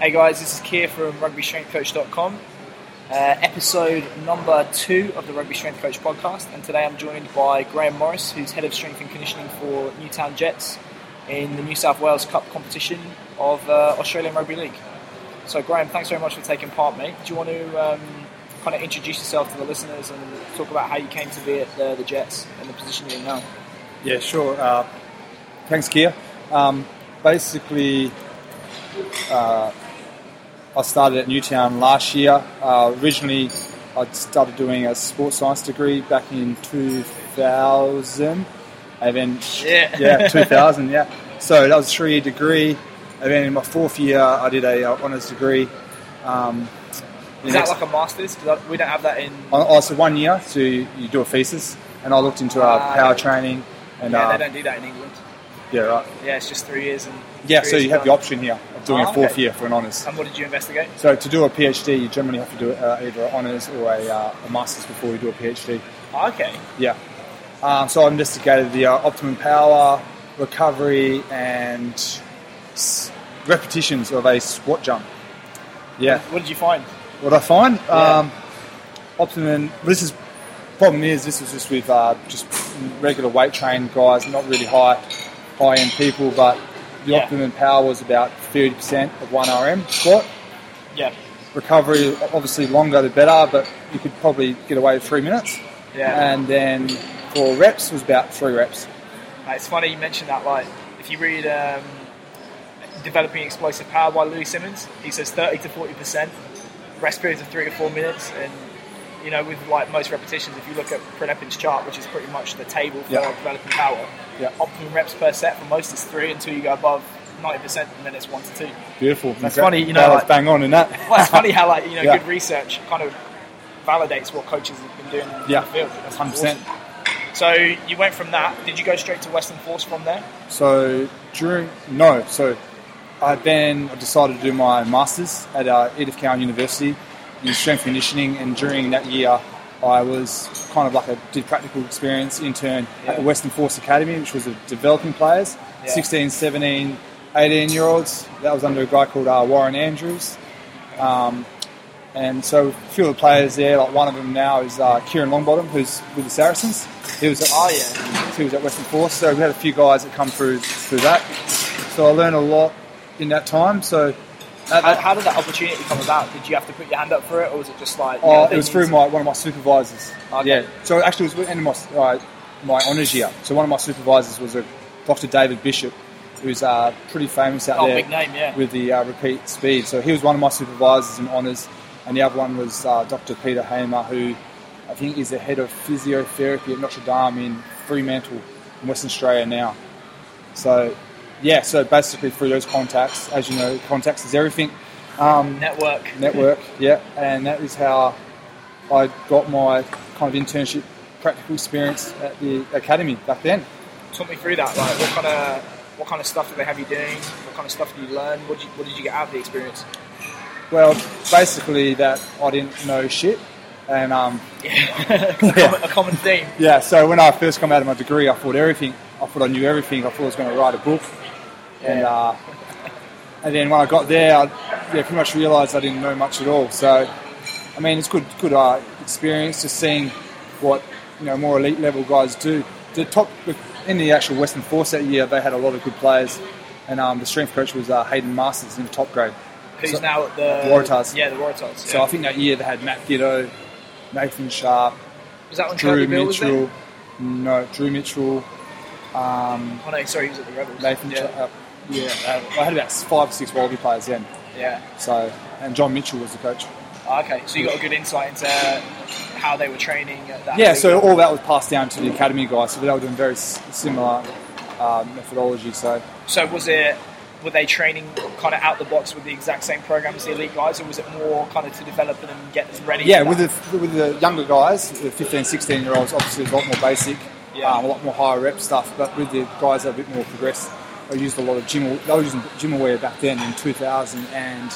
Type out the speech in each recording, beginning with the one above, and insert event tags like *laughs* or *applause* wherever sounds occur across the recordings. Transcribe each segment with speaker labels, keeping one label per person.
Speaker 1: Hey guys, this is Keir from rugbystrengthcoach.com, uh, episode number two of the Rugby Strength Coach podcast. And today I'm joined by Graham Morris, who's head of strength and conditioning for Newtown Jets in the New South Wales Cup competition of uh, Australian Rugby League. So, Graham, thanks very much for taking part, mate. Do you want to um, kind of introduce yourself to the listeners and talk about how you came to be at the, the Jets and the position you're in now?
Speaker 2: Yeah, sure. Uh, thanks, Kia. Um, basically, uh, I started at Newtown last year. Uh, originally, I started doing a sports science degree back in 2000. And then,
Speaker 1: Yeah.
Speaker 2: yeah, 2000, yeah. So that was a three year degree. And then in my fourth year, I did a uh, honours degree. Um,
Speaker 1: Is that like a master's? 'Cause I- we don't have that in.
Speaker 2: I- I- oh, so one year, so you, you do a thesis. And I looked into uh,
Speaker 1: Ah,
Speaker 2: power
Speaker 1: yeah.
Speaker 2: training. And,
Speaker 1: yeah,
Speaker 2: uh,
Speaker 1: they don't do that in England.
Speaker 2: yeah, right.
Speaker 1: Yeah, it's just three years and.
Speaker 2: Yeah,
Speaker 1: three
Speaker 2: so
Speaker 1: years
Speaker 2: you have
Speaker 1: done.
Speaker 2: the option here of doing
Speaker 1: Ah,
Speaker 2: a fourth
Speaker 1: okay.
Speaker 2: year for an honours.
Speaker 1: And what did you investigate?
Speaker 2: So to do a PhD, you generally have to do uh, either an honours or a, uh, a master's before you do a PhD.
Speaker 1: Ah, okay.
Speaker 2: Yeah. Um, so I investigated the uh, optimum power, recovery, and s- repetitions of a squat jump. Yeah.
Speaker 1: What did you find?
Speaker 2: What I find,
Speaker 1: Yeah.
Speaker 2: um, optimum. This is problem is this is just with uh, just regular weight trained guys, not really high high end people, but the
Speaker 1: Yeah.
Speaker 2: optimum power was about thirty percent of one RM squat
Speaker 1: Yeah.
Speaker 2: recovery obviously longer the better, but you could probably get away with three minutes.
Speaker 1: Yeah.
Speaker 2: And then for reps was about three reps.
Speaker 1: Uh, It's funny you mentioned that. Like, if you read um, "Developing Explosive Power" by Louis Simmons, he says thirty to forty percent rest periods of three to four minutes, and you know, with like most repetitions, if you look at Prelepin's chart, which is pretty much the table for
Speaker 2: Yeah.
Speaker 1: developing power,
Speaker 2: Yeah.
Speaker 1: optimum reps per set for most is three until you go above ninety percent, and then it's one to two.
Speaker 2: Beautiful.
Speaker 1: That's funny, you know,
Speaker 2: That was
Speaker 1: like-
Speaker 2: bang on in that.
Speaker 1: Well, it's funny how like you know,
Speaker 2: Yeah.
Speaker 1: good research kind of validates what coaches have been doing in
Speaker 2: *laughs* Yeah.
Speaker 1: the field. That's
Speaker 2: Hundred percent.
Speaker 1: awesome. So you went from that. Did you go straight to Western Force from there?
Speaker 2: So during no, so I then I decided to do my masters at uh, Edith Cowan University in strength conditioning, and during that year. I was kind of like a did practical experience intern at
Speaker 1: Yeah.
Speaker 2: the Western Force Academy, which was a developing players,
Speaker 1: Yeah.
Speaker 2: 16, 17, 18 year olds. That was under a guy called uh, Warren Andrews. Um, And so a few of the players there, like one of them now is uh, Kieran Longbottom, who's with the Saracens. He was at,
Speaker 1: Oh, yeah.
Speaker 2: he was at Western Force. So we had a few guys that come through through that. So I learned a lot in that time. So at
Speaker 1: How,
Speaker 2: Uh, that,
Speaker 1: how did that opportunity come about? Did you have to put your hand up for it, or was it just like? you know,
Speaker 2: oh,
Speaker 1: they
Speaker 2: it was
Speaker 1: need
Speaker 2: through
Speaker 1: to-
Speaker 2: my one of my supervisors.
Speaker 1: Uh, Okay.
Speaker 2: Yeah. So actually, it was in my uh, my honours year. So one of my supervisors was a Dr. David Bishop, who's uh, pretty famous out
Speaker 1: Oh,
Speaker 2: there.
Speaker 1: big name, yeah.
Speaker 2: with the uh, repeat speed. So he was one of my supervisors in honours, and the other one was uh, Dr. Peter Hamer, who I think is the head of physiotherapy at Notre Dame in Fremantle, in Western Australia now. So, yeah, so basically through those contacts, as you know, contacts is everything. Um,
Speaker 1: Network.
Speaker 2: network, yeah, and that is how I got my kind of internship practical experience at the academy back then.
Speaker 1: Talk me through that. Like, what kind of what kind of stuff did they have you doing? What kind of stuff did you learn? What did you, what did you get out of the
Speaker 2: *laughs*
Speaker 1: experience?
Speaker 2: Well, basically that I didn't know shit, and um,
Speaker 1: Yeah. a, common, a common theme.
Speaker 2: Yeah, so when I first come out of my degree, I thought everything. I thought I knew everything. I thought I was going to write a book, and
Speaker 1: Yeah.
Speaker 2: uh, and then when I got there, I yeah, pretty much realised I didn't know much at all. So, I mean, it's good good uh, experience just seeing what you know more elite level guys do. The top in the actual Western Force that year, they had a lot of good players, and um, the strength coach was uh, Hayden Masters in the top grade.
Speaker 1: Who's
Speaker 2: So-
Speaker 1: now at the
Speaker 2: Waratahs.
Speaker 1: Yeah, the Waratahs.
Speaker 2: So
Speaker 1: yeah.
Speaker 2: I think that year they had Matt Giddo, Nathan Sharp,
Speaker 1: was that when
Speaker 2: Drew
Speaker 1: Kirby Bill was there?
Speaker 2: Mitchell. No, Drew Mitchell.
Speaker 1: Oh no, sorry, he was at the Rebels.
Speaker 2: Nathan.
Speaker 1: Yeah.
Speaker 2: Yeah, uh, yeah uh, I had about five or six Wallaby players then.
Speaker 1: yeah.
Speaker 2: So, and John Mitchell was the coach.
Speaker 1: Oh, okay, so you got a good insight into how they were training at that.
Speaker 2: Yeah,
Speaker 1: league.
Speaker 2: so all that was passed down to the academy guys. So they were doing very s- similar uh, methodology. So
Speaker 1: So was it were they training kind of out the box with the exact same program as the elite guys, or was it more kind of to develop them and get them ready?
Speaker 2: yeah,
Speaker 1: for
Speaker 2: with
Speaker 1: that?
Speaker 2: the with the younger guys, the 15, 16 year olds, obviously it's a lot more basic,
Speaker 1: Yeah.
Speaker 2: um, a lot more higher rep stuff. But with the guys that are a bit more progressed, I used a lot of gym. They were using gym aware back then in two thousand and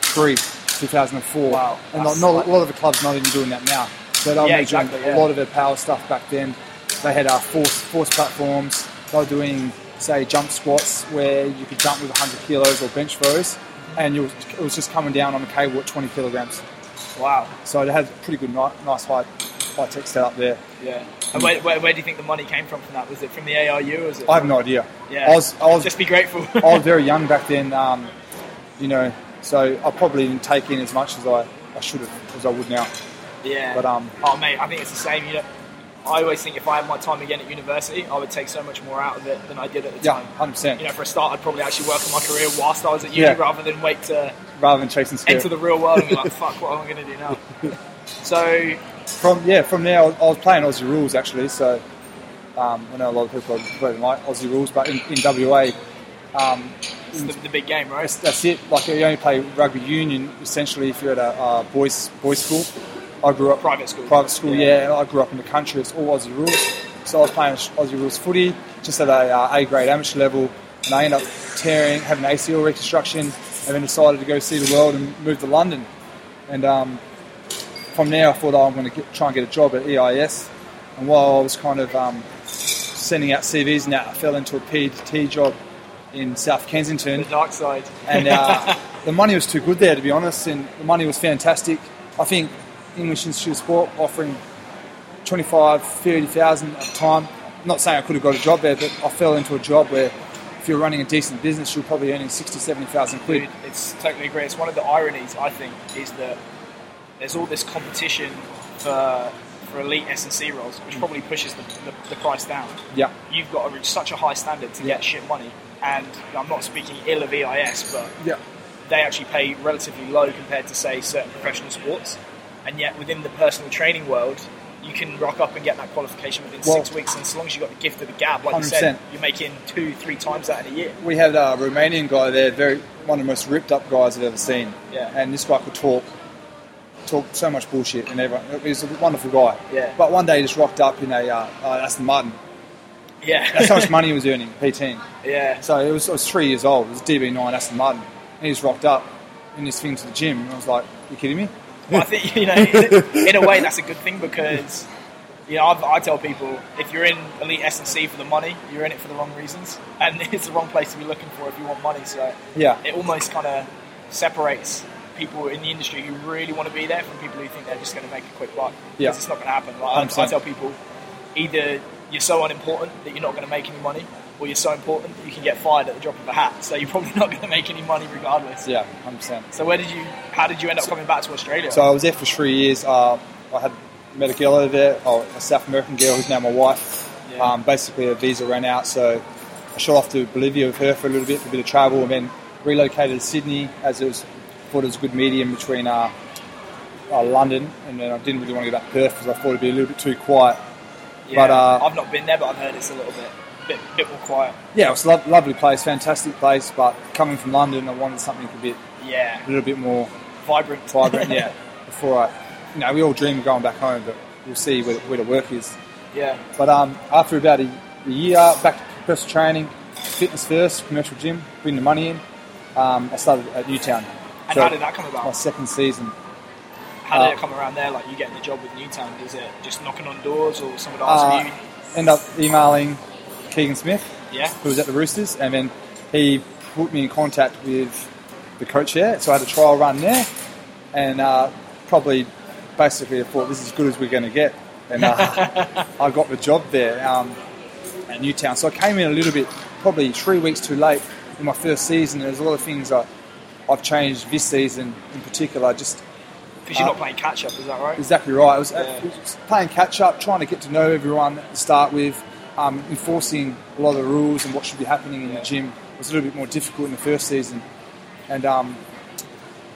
Speaker 2: three, two thousand and four.
Speaker 1: Wow,
Speaker 2: and
Speaker 1: that's
Speaker 2: not, not
Speaker 1: like-
Speaker 2: a lot of the clubs not even doing that now. So they were
Speaker 1: Yeah,
Speaker 2: doing
Speaker 1: exactly,
Speaker 2: a
Speaker 1: yeah.
Speaker 2: lot of their power stuff back then. They had uh, force force platforms. They were doing say jump squats where you could jump with hundred kilos or bench rows. and you was, it was just coming down on a cable at 20 kilograms.
Speaker 1: Wow.
Speaker 2: So it has pretty good, ni- nice high, high tech setup there.
Speaker 1: Yeah. And where, where, where do you think the money came from from that? Was it from the ARU? Or was it?
Speaker 2: I have no idea.
Speaker 1: Yeah.
Speaker 2: I was, I was,
Speaker 1: Just be grateful.
Speaker 2: *laughs* I was very young back then, um, you know, so I probably didn't take in as much as I, I should have, as I would now.
Speaker 1: yeah.
Speaker 2: But um,
Speaker 1: Oh mate, I think it's the same. You know, I always think if I had my time again at university, I would take so much more out of it than I did at the
Speaker 2: yeah,
Speaker 1: time.
Speaker 2: 100%.
Speaker 1: You know, for a start, I'd probably actually work on my career whilst I was at uni,
Speaker 2: Yeah.
Speaker 1: rather than wait to
Speaker 2: Rather than chasing spirit.
Speaker 1: enter the real world and be like, "Fuck, what am I going to do
Speaker 2: *laughs*
Speaker 1: now?" so
Speaker 2: From yeah, from there I was, I was playing Aussie rules actually. So um, I know a lot of people don't like Aussie rules, but in, in WA, um,
Speaker 1: it's the, the big game, right?
Speaker 2: that's, that's it. Like you only play rugby union essentially if you're at a uh, boys boys school. I grew up
Speaker 1: Private school.
Speaker 2: Private school,
Speaker 1: Yeah.
Speaker 2: yeah. and I grew up in the country. It's all Aussie rules. So I was playing Aussie rules footy, just at a uh, A grade amateur level, and I ended up tearing, having ACL reconstruction, and then decided to go see the world and move to London. And um, from there, I thought, oh, I'm going to try and get a job at EIS. And while I was kind of um, sending out CVs and that, I fell into a PDT job in South
Speaker 1: The
Speaker 2: Kensington
Speaker 1: dark side.
Speaker 2: and uh, the money was too good there, to be honest. And the money was fantastic. I think English Institute of Sport offering 25, 30,000 at a time. I'm not saying I could have got a job there, but I fell into a job where if you're running a decent business, you're probably earning 60, 70,000
Speaker 1: Dude,
Speaker 2: quid.
Speaker 1: it's totally agree. It's one of the ironies I think is that there's all this competition for for elite S and C roles, which probably pushes the, the, the price down.
Speaker 2: Mm. Yeah,
Speaker 1: You've got to reach such a high standard to
Speaker 2: Yeah.
Speaker 1: get shit money. And I'm not speaking ill of EIS, but
Speaker 2: yeah,
Speaker 1: they actually pay relatively low compared to say certain professional sports. And yet within the personal training world, you can rock up and get that qualification within
Speaker 2: Well-
Speaker 1: six weeks. And so long as you've got the gift of the gab, like you said,
Speaker 2: 100%.
Speaker 1: you're making two, three times that in a year.
Speaker 2: we had a Romanian guy there, very one of the most ripped up guys I've ever seen.
Speaker 1: Yeah.
Speaker 2: And this guy could talk, talk so much bullshit, and everyone. He was a wonderful guy.
Speaker 1: Yeah.
Speaker 2: But one day he just rocked up in a uh, uh, Aston Martin.
Speaker 1: Yeah.
Speaker 2: That's how much money he was earning, P10.
Speaker 1: *laughs* yeah.
Speaker 2: So it was, I was three years old. It was DB9 Aston Martin, and he just rocked up in this thing to the gym. And I was like, "You kidding me?"
Speaker 1: Well, I think you know, in, in a way, that's a good thing because you know I've, I tell people if you're in elite S and C for the money, you're in it for the wrong reasons, and *laughs* it's the wrong place to be looking for if you want money. So
Speaker 2: Yeah,
Speaker 1: it almost kind of separates people in the industry who really want to be there from people who think they're just going to make a quick buck. 'Cause
Speaker 2: Yeah.
Speaker 1: it's not going to happen. Like, I, I
Speaker 2: 100%.
Speaker 1: tell people either you're so unimportant that you're not going to make any money, or you're so important that you can get fired at the drop of a hat. So you're probably *laughs* not going to make any money regardless.
Speaker 2: yeah, hundred percent.
Speaker 1: So where did you? How did you end up coming back to Australia?
Speaker 2: So I was there for three years. Uh, I had met a girl over there, oh, a South American girl who's now my wife.
Speaker 1: Yeah.
Speaker 2: Um, basically, her visa ran out, so I shot off to Bolivia with her for a little bit for a bit of travel, and then relocated to Sydney as it was thought it was a good medium between uh, uh, London, and then I didn't really want to go back to Perth because I thought it'd be a little bit too quiet.
Speaker 1: Yeah,
Speaker 2: But, uh,
Speaker 1: I've not been there, but I've heard it's a little bit bit, bit more quiet.
Speaker 2: Yeah, it was a lo- lovely place, fantastic place, but coming from London, I wanted something a bit, a
Speaker 1: Yeah,
Speaker 2: little bit more
Speaker 1: *laughs* vibrant.
Speaker 2: vibrant. yeah, before I, you know, we all dream of going back home, but we'll see where, where the work is.
Speaker 1: yeah,
Speaker 2: But um, after about a, a year back to personal training, fitness first, commercial gym, bring the money in. Um, I started at Newtown.
Speaker 1: and
Speaker 2: So
Speaker 1: how did that come
Speaker 2: My
Speaker 1: about?
Speaker 2: second season.
Speaker 1: How did
Speaker 2: uh,
Speaker 1: it come around there? Like you getting the job with Newtown? Is it just knocking on doors, or someone
Speaker 2: Uh,
Speaker 1: asking
Speaker 2: end up emailing Keegan Smith,
Speaker 1: you? Yeah,
Speaker 2: who was at the Roosters, and then he put me in contact with the coach there. So I had a trial run there, and uh, probably basically I thought this is as good as we're going to get, and uh, I got the job there um, at Newtown. So I came in a little bit, probably three weeks too late in my first season. There's a lot of things I, I've changed this season in particular, just
Speaker 1: because you're
Speaker 2: uh,
Speaker 1: not playing catch up, is that right?
Speaker 2: Exactly right. I was,
Speaker 1: Yeah.
Speaker 2: I was playing catch up, trying to get to know everyone to start with, um, enforcing a lot of the rules and what should be happening in
Speaker 1: Yeah.
Speaker 2: the gym was a little bit more difficult in the first season. And um,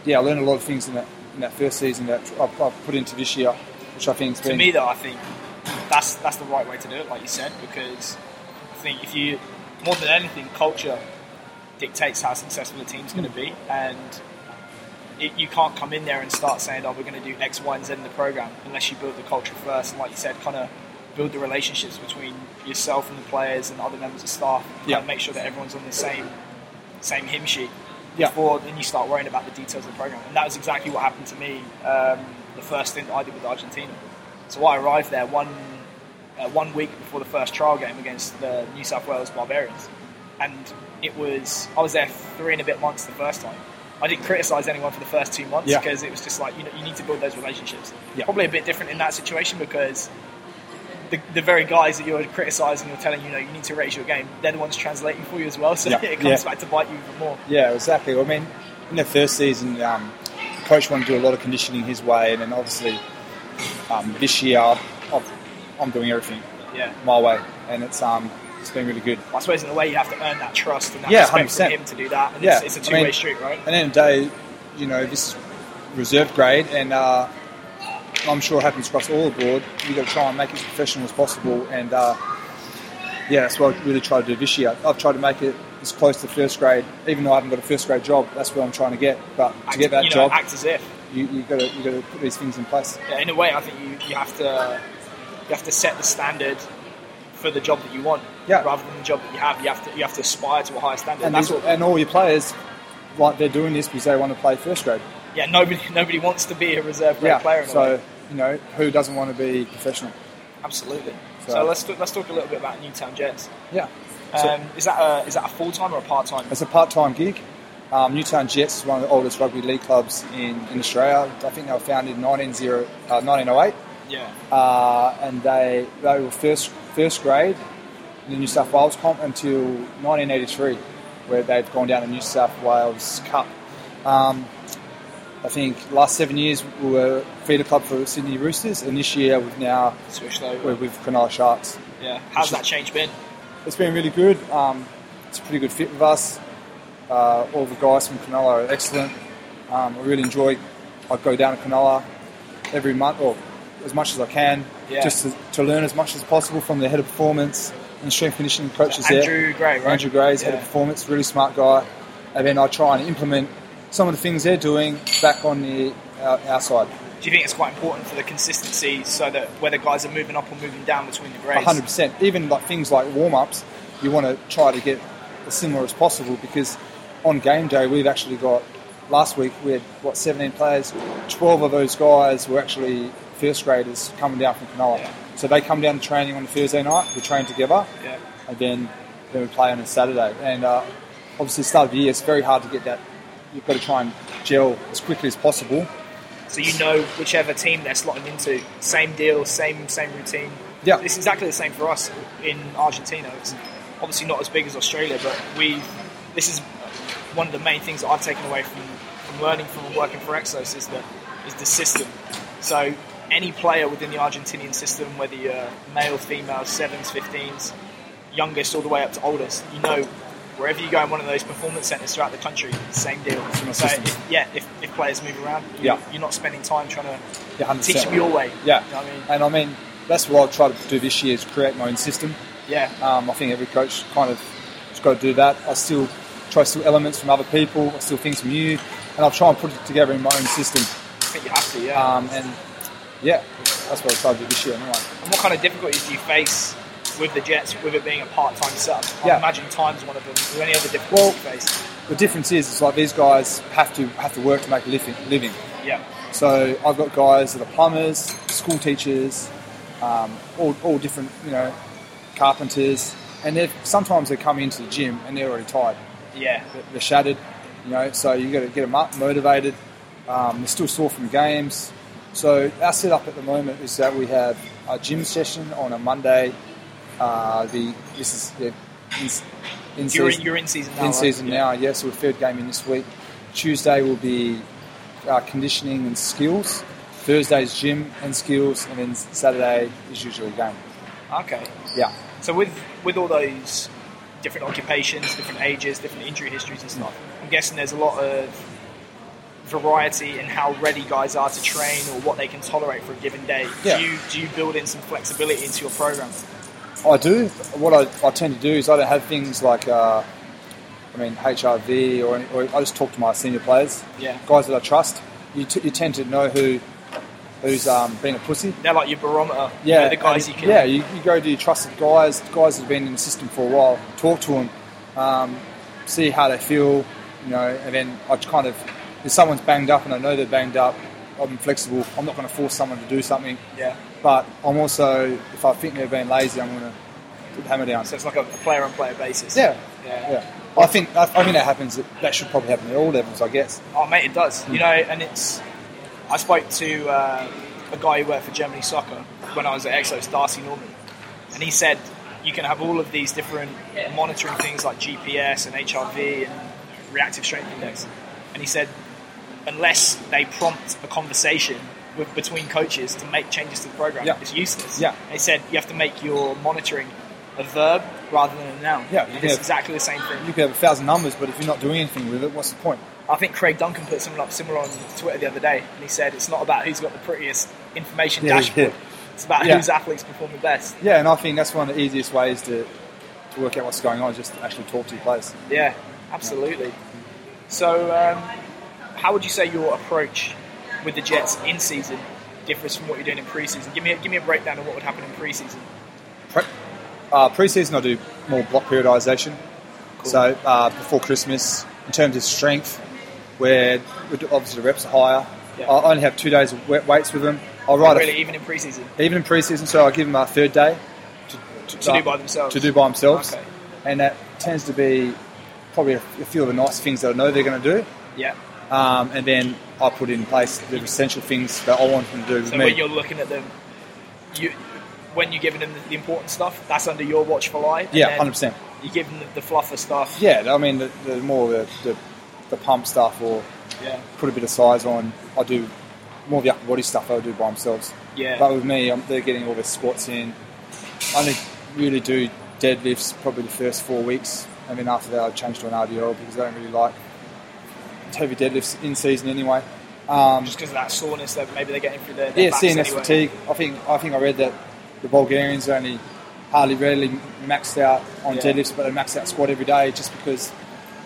Speaker 2: yeah, I learned a lot of things in that, in that first season that I've, I've put into this year, which I think has
Speaker 1: to
Speaker 2: been.
Speaker 1: me, though, I think that's that's the right way to do it, like you said, because I think if you more than anything, culture dictates how successful a team's going to be, and it, you can't come in there and start saying, "Oh, we're going to do X, Y, and Z in the program," unless you build the culture first, and like you said, kind of build the relationships between yourself and the players and other members of staff,
Speaker 2: Yeah.
Speaker 1: and make sure that everyone's on the same same hymn sheet
Speaker 2: Yeah.
Speaker 1: before then you start worrying about the details of the program. And that was exactly what happened to me um, the first thing that I did with Argentina. So I arrived there one uh, one week before the first trial game against the New South Wales Barbarians, and it was I was there three and a bit months the first time, I didn't criticize anyone for the first two months
Speaker 2: Yeah.
Speaker 1: because it was just like you know you need to build those relationships.
Speaker 2: Yeah.
Speaker 1: Probably a bit different in that situation because the, the very guys that you're criticizing or telling you know you need to raise your game, they're the ones translating for you as well. So *laughs*
Speaker 2: Yeah.
Speaker 1: it comes
Speaker 2: Yeah.
Speaker 1: back to bite you even more.
Speaker 2: Yeah, exactly. Well, I mean, in the first season, um, coach wanted to do a lot of conditioning his way, and then obviously um, this year I've, I'm doing everything
Speaker 1: Yeah.
Speaker 2: my way, and it's um, it's been really good.
Speaker 1: I suppose in a way you have to earn that trust and that
Speaker 2: Yeah,
Speaker 1: respect from
Speaker 2: 100%.
Speaker 1: him to do that. And
Speaker 2: Yeah,
Speaker 1: it's, it's a
Speaker 2: I mean-
Speaker 1: two-way street, right?
Speaker 2: And then today, you know, this is reserve grade, and uh, I'm sure it happens across all the board. You've got to try and make it as professional as possible, and uh, yeah, that's what I really try to do this year. I've tried to make it as close to first grade, even though I haven't got a first grade job. That's what I'm trying to get. But to get that
Speaker 1: you know,
Speaker 2: job,
Speaker 1: act as if.
Speaker 2: you, you've got to you got to put these things in place.
Speaker 1: Yeah, in a way, I think you, you have to you have to set the standard for the job that you want,
Speaker 2: Yeah.
Speaker 1: rather than the job that you have. You have to you have to aspire to a higher standard.
Speaker 2: And,
Speaker 1: that's
Speaker 2: these-
Speaker 1: what.
Speaker 2: and all your players, like they're doing this because they want to play first grade.
Speaker 1: Yeah, nobody *laughs* nobody wants to be a reserve grade player. In a
Speaker 2: So
Speaker 1: way.
Speaker 2: you know who doesn't want to be professional?
Speaker 1: absolutely. So,
Speaker 2: So-
Speaker 1: let's talk, let's talk a little bit about Newtown Jets.
Speaker 2: Yeah.
Speaker 1: Um,
Speaker 2: So-
Speaker 1: is that a, is that a full time or a part time?
Speaker 2: It's a part-time gig. Um, Newtown Jets is one of the oldest rugby league clubs in, in Australia. I think they were founded in 1900, uh, 1908,
Speaker 1: Yeah,
Speaker 2: uh, and they they were first first grade in the New South Wales comp until 1983, where they've gone down to New South Wales Cup. Um, I think last seven years we were feeder club for Sydney Roosters, and this year we've now
Speaker 1: switched over.
Speaker 2: we're with Cronulla Sharks.
Speaker 1: yeah, how's
Speaker 2: is-
Speaker 1: that change been?
Speaker 2: It's been really good. Um, it's a pretty good fit with us. Uh, all the guys from Canola are excellent. Um, I really enjoy. I go down to Canola every month, or as much as I can,
Speaker 1: Yeah.
Speaker 2: just to, to learn as much as possible from the head of performance and strength conditioning coaches there.
Speaker 1: Andrew Gray, right?
Speaker 2: Andrew Gray's head
Speaker 1: Yeah.
Speaker 2: of performance, really smart guy. And then I try and implement some of the things they're doing back on the uh, our, our side.
Speaker 1: Do you think it's quite important for the consistency so that whether guys are moving up or moving down between the grades?
Speaker 2: hundred percent. Even like things like warm ups, you want to try to get as similar as possible because on game day we've actually got last week we had what seventeen players, twelve of those guys were actually first graders coming down from Canola.
Speaker 1: Yeah.
Speaker 2: So they come down to training on a Thursday night. We train together,
Speaker 1: Yeah.
Speaker 2: and then then we play on a Saturday. And uh, obviously, the start of the year it's very hard to get that. You've got to try and gel as quickly as possible.
Speaker 1: So you know whichever team they're slotting into, same deal, same same routine.
Speaker 2: Yeah.
Speaker 1: It's exactly the same for us in Argentina. It's obviously not as big as Australia, but we this is one of the main things that I've taken away from, from learning from and working for Exos is that is the system. So any player within the Argentinian system, whether you're male, female, sevens, fifteens, youngest all the way up to oldest, you know wherever you go in one of those performance centres throughout the country, same deal.
Speaker 2: Similar
Speaker 1: So
Speaker 2: system.
Speaker 1: if, yeah, if, if players move around, you,
Speaker 2: Yeah.
Speaker 1: you're not spending time trying to
Speaker 2: Yeah, 100%.
Speaker 1: teach them your way.
Speaker 2: Yeah,
Speaker 1: You know what I mean?
Speaker 2: and I mean that's what I'll try to do this year is create my own system.
Speaker 1: Yeah.
Speaker 2: Um, I think every coach kind of has got to do that. I still try still elements from other people, I still things from you, and I'll try and put it together in my own system.
Speaker 1: I think you have to, yeah.
Speaker 2: Um, and yeah, that's what I tried to do this year anyway.
Speaker 1: and what kind of difficulties do you face with the Jets with it being a part time sub? I
Speaker 2: Yeah.
Speaker 1: imagine time's one of them. Is there any other difficulties
Speaker 2: Well-
Speaker 1: you face?
Speaker 2: The difference is, it's like these guys have to have to work to make a living. living.
Speaker 1: Yeah.
Speaker 2: So I've got guys that are plumbers, school teachers, um, all, all different, you know, carpenters, and they're, sometimes they come into the gym and they're already tired.
Speaker 1: Yeah.
Speaker 2: they're shattered, you know. So you got to get them up, motivated. Um, they're still sore from games. So our setup at the moment is that we have a gym session on a Monday. Uh, the this is yeah, in, in
Speaker 1: You're in,
Speaker 2: season,
Speaker 1: you're in season now.
Speaker 2: in
Speaker 1: right?
Speaker 2: season
Speaker 1: Yeah.
Speaker 2: now. Yeah, so we're third game in this week. Tuesday will be uh, conditioning and skills. Thursday's gym and skills, and then Saturday is usually a game.
Speaker 1: Okay.
Speaker 2: Yeah.
Speaker 1: So with with all those different occupations, different ages, different injury histories and stuff,
Speaker 2: Mm.
Speaker 1: I'm guessing there's a lot of variety in how ready guys are to train or what they can tolerate for a given day.
Speaker 2: Yeah.
Speaker 1: Do you do you build in some flexibility into your program?
Speaker 2: I do. What I, I tend to do is I don't have things like, uh, I mean, HRV or, any, or I just talk to my senior players,
Speaker 1: Yeah.
Speaker 2: guys that I trust. You, t- you tend to know who who's um, been a pussy.
Speaker 1: They're like your barometer.
Speaker 2: Yeah,
Speaker 1: They're the guys you
Speaker 2: and-
Speaker 1: can.
Speaker 2: Yeah, you, you go to your trusted guys, guys that have been in the system for a while. Talk to them, um, see how they feel, you know, and then I just kind of if someone's banged up and I know they're banged up, I'm flexible. I'm not going to force someone to do something,
Speaker 1: Yeah.
Speaker 2: but I'm also if I think they've been lazy, I'm going to hammer down.
Speaker 1: So it's like a player on player basis.
Speaker 2: Yeah.
Speaker 1: Yeah.
Speaker 2: Yeah. I think I, I think that happens. That, that should probably happen at all levels, I guess.
Speaker 1: Oh, mate, it does.
Speaker 2: Hmm.
Speaker 1: You know, and it's. I spoke to uh, a guy who worked for Germany Soccer when I was at Exos, Darcy Norman, and he said you can have all of these different monitoring things like GPS and HRV and reactive strength index. And he said, unless they prompt a conversation with, between coaches to make changes to the program,
Speaker 2: Yeah.
Speaker 1: it's useless.
Speaker 2: Yeah.
Speaker 1: They said you have to make your monitoring a verb rather than a noun.
Speaker 2: Yeah,
Speaker 1: and
Speaker 2: yeah.
Speaker 1: it's exactly the same thing.
Speaker 2: You could have a thousand numbers, but if you're not doing anything with it, what's the point?
Speaker 1: I think Craig Duncan put something like similar on Twitter the other day, and he said it's not about who's got the prettiest information
Speaker 2: Yeah,
Speaker 1: dashboard. It's about
Speaker 2: Yeah.
Speaker 1: whose athletes perform the best.
Speaker 2: Yeah, and I think that's one of the easiest ways to, to work out what's going on is just to actually talk to your players.
Speaker 1: Yeah, absolutely. So, um, how would you say your approach with the Jets in season differs from what you're doing in preseason? Give me a, give me a breakdown of what would happen in preseason.
Speaker 2: Pre- uh, pre-season, I do more block periodization. So uh, before Christmas, in terms of strength, where we do- obviously the reps are higher.
Speaker 1: Yeah.
Speaker 2: I only have two days of wet weights with them. I write
Speaker 1: really,
Speaker 2: a,
Speaker 1: even in preseason,
Speaker 2: even in pre-season, so I give them a third day to,
Speaker 1: to do by themselves.
Speaker 2: to do by themselves,
Speaker 1: Okay.
Speaker 2: and that tends to be probably a, a few of the nice things that I know they're going to do.
Speaker 1: Yeah.
Speaker 2: Um, and then I put in place the essential things that I want them to do with
Speaker 1: So when
Speaker 2: me.
Speaker 1: you're looking at them, you when you're giving them the, the important stuff, that's under your watchful eye. and
Speaker 2: Yeah,
Speaker 1: then
Speaker 2: hundred percent.
Speaker 1: You give them the, the fluffer stuff.
Speaker 2: Yeah, I mean the, the more the, the, the pump stuff or
Speaker 1: Yeah.
Speaker 2: put a bit of size on. I do more of the upper body stuff. They'll do by themselves.
Speaker 1: Yeah.
Speaker 2: But with me, i they're getting all their squats in. I only really do deadlifts probably the first four weeks, and then after that, I change to an RDL because I don't really like heavy deadlifts in season anyway. Um,
Speaker 1: just because of that soreness that maybe they're getting through their, their
Speaker 2: yeah,
Speaker 1: backs
Speaker 2: CNS
Speaker 1: anyway.
Speaker 2: fatigue. I think I think I read that the Bulgarians only hardly rarely maxed out on
Speaker 1: Yeah.
Speaker 2: deadlifts, but they maxed out squat every day just because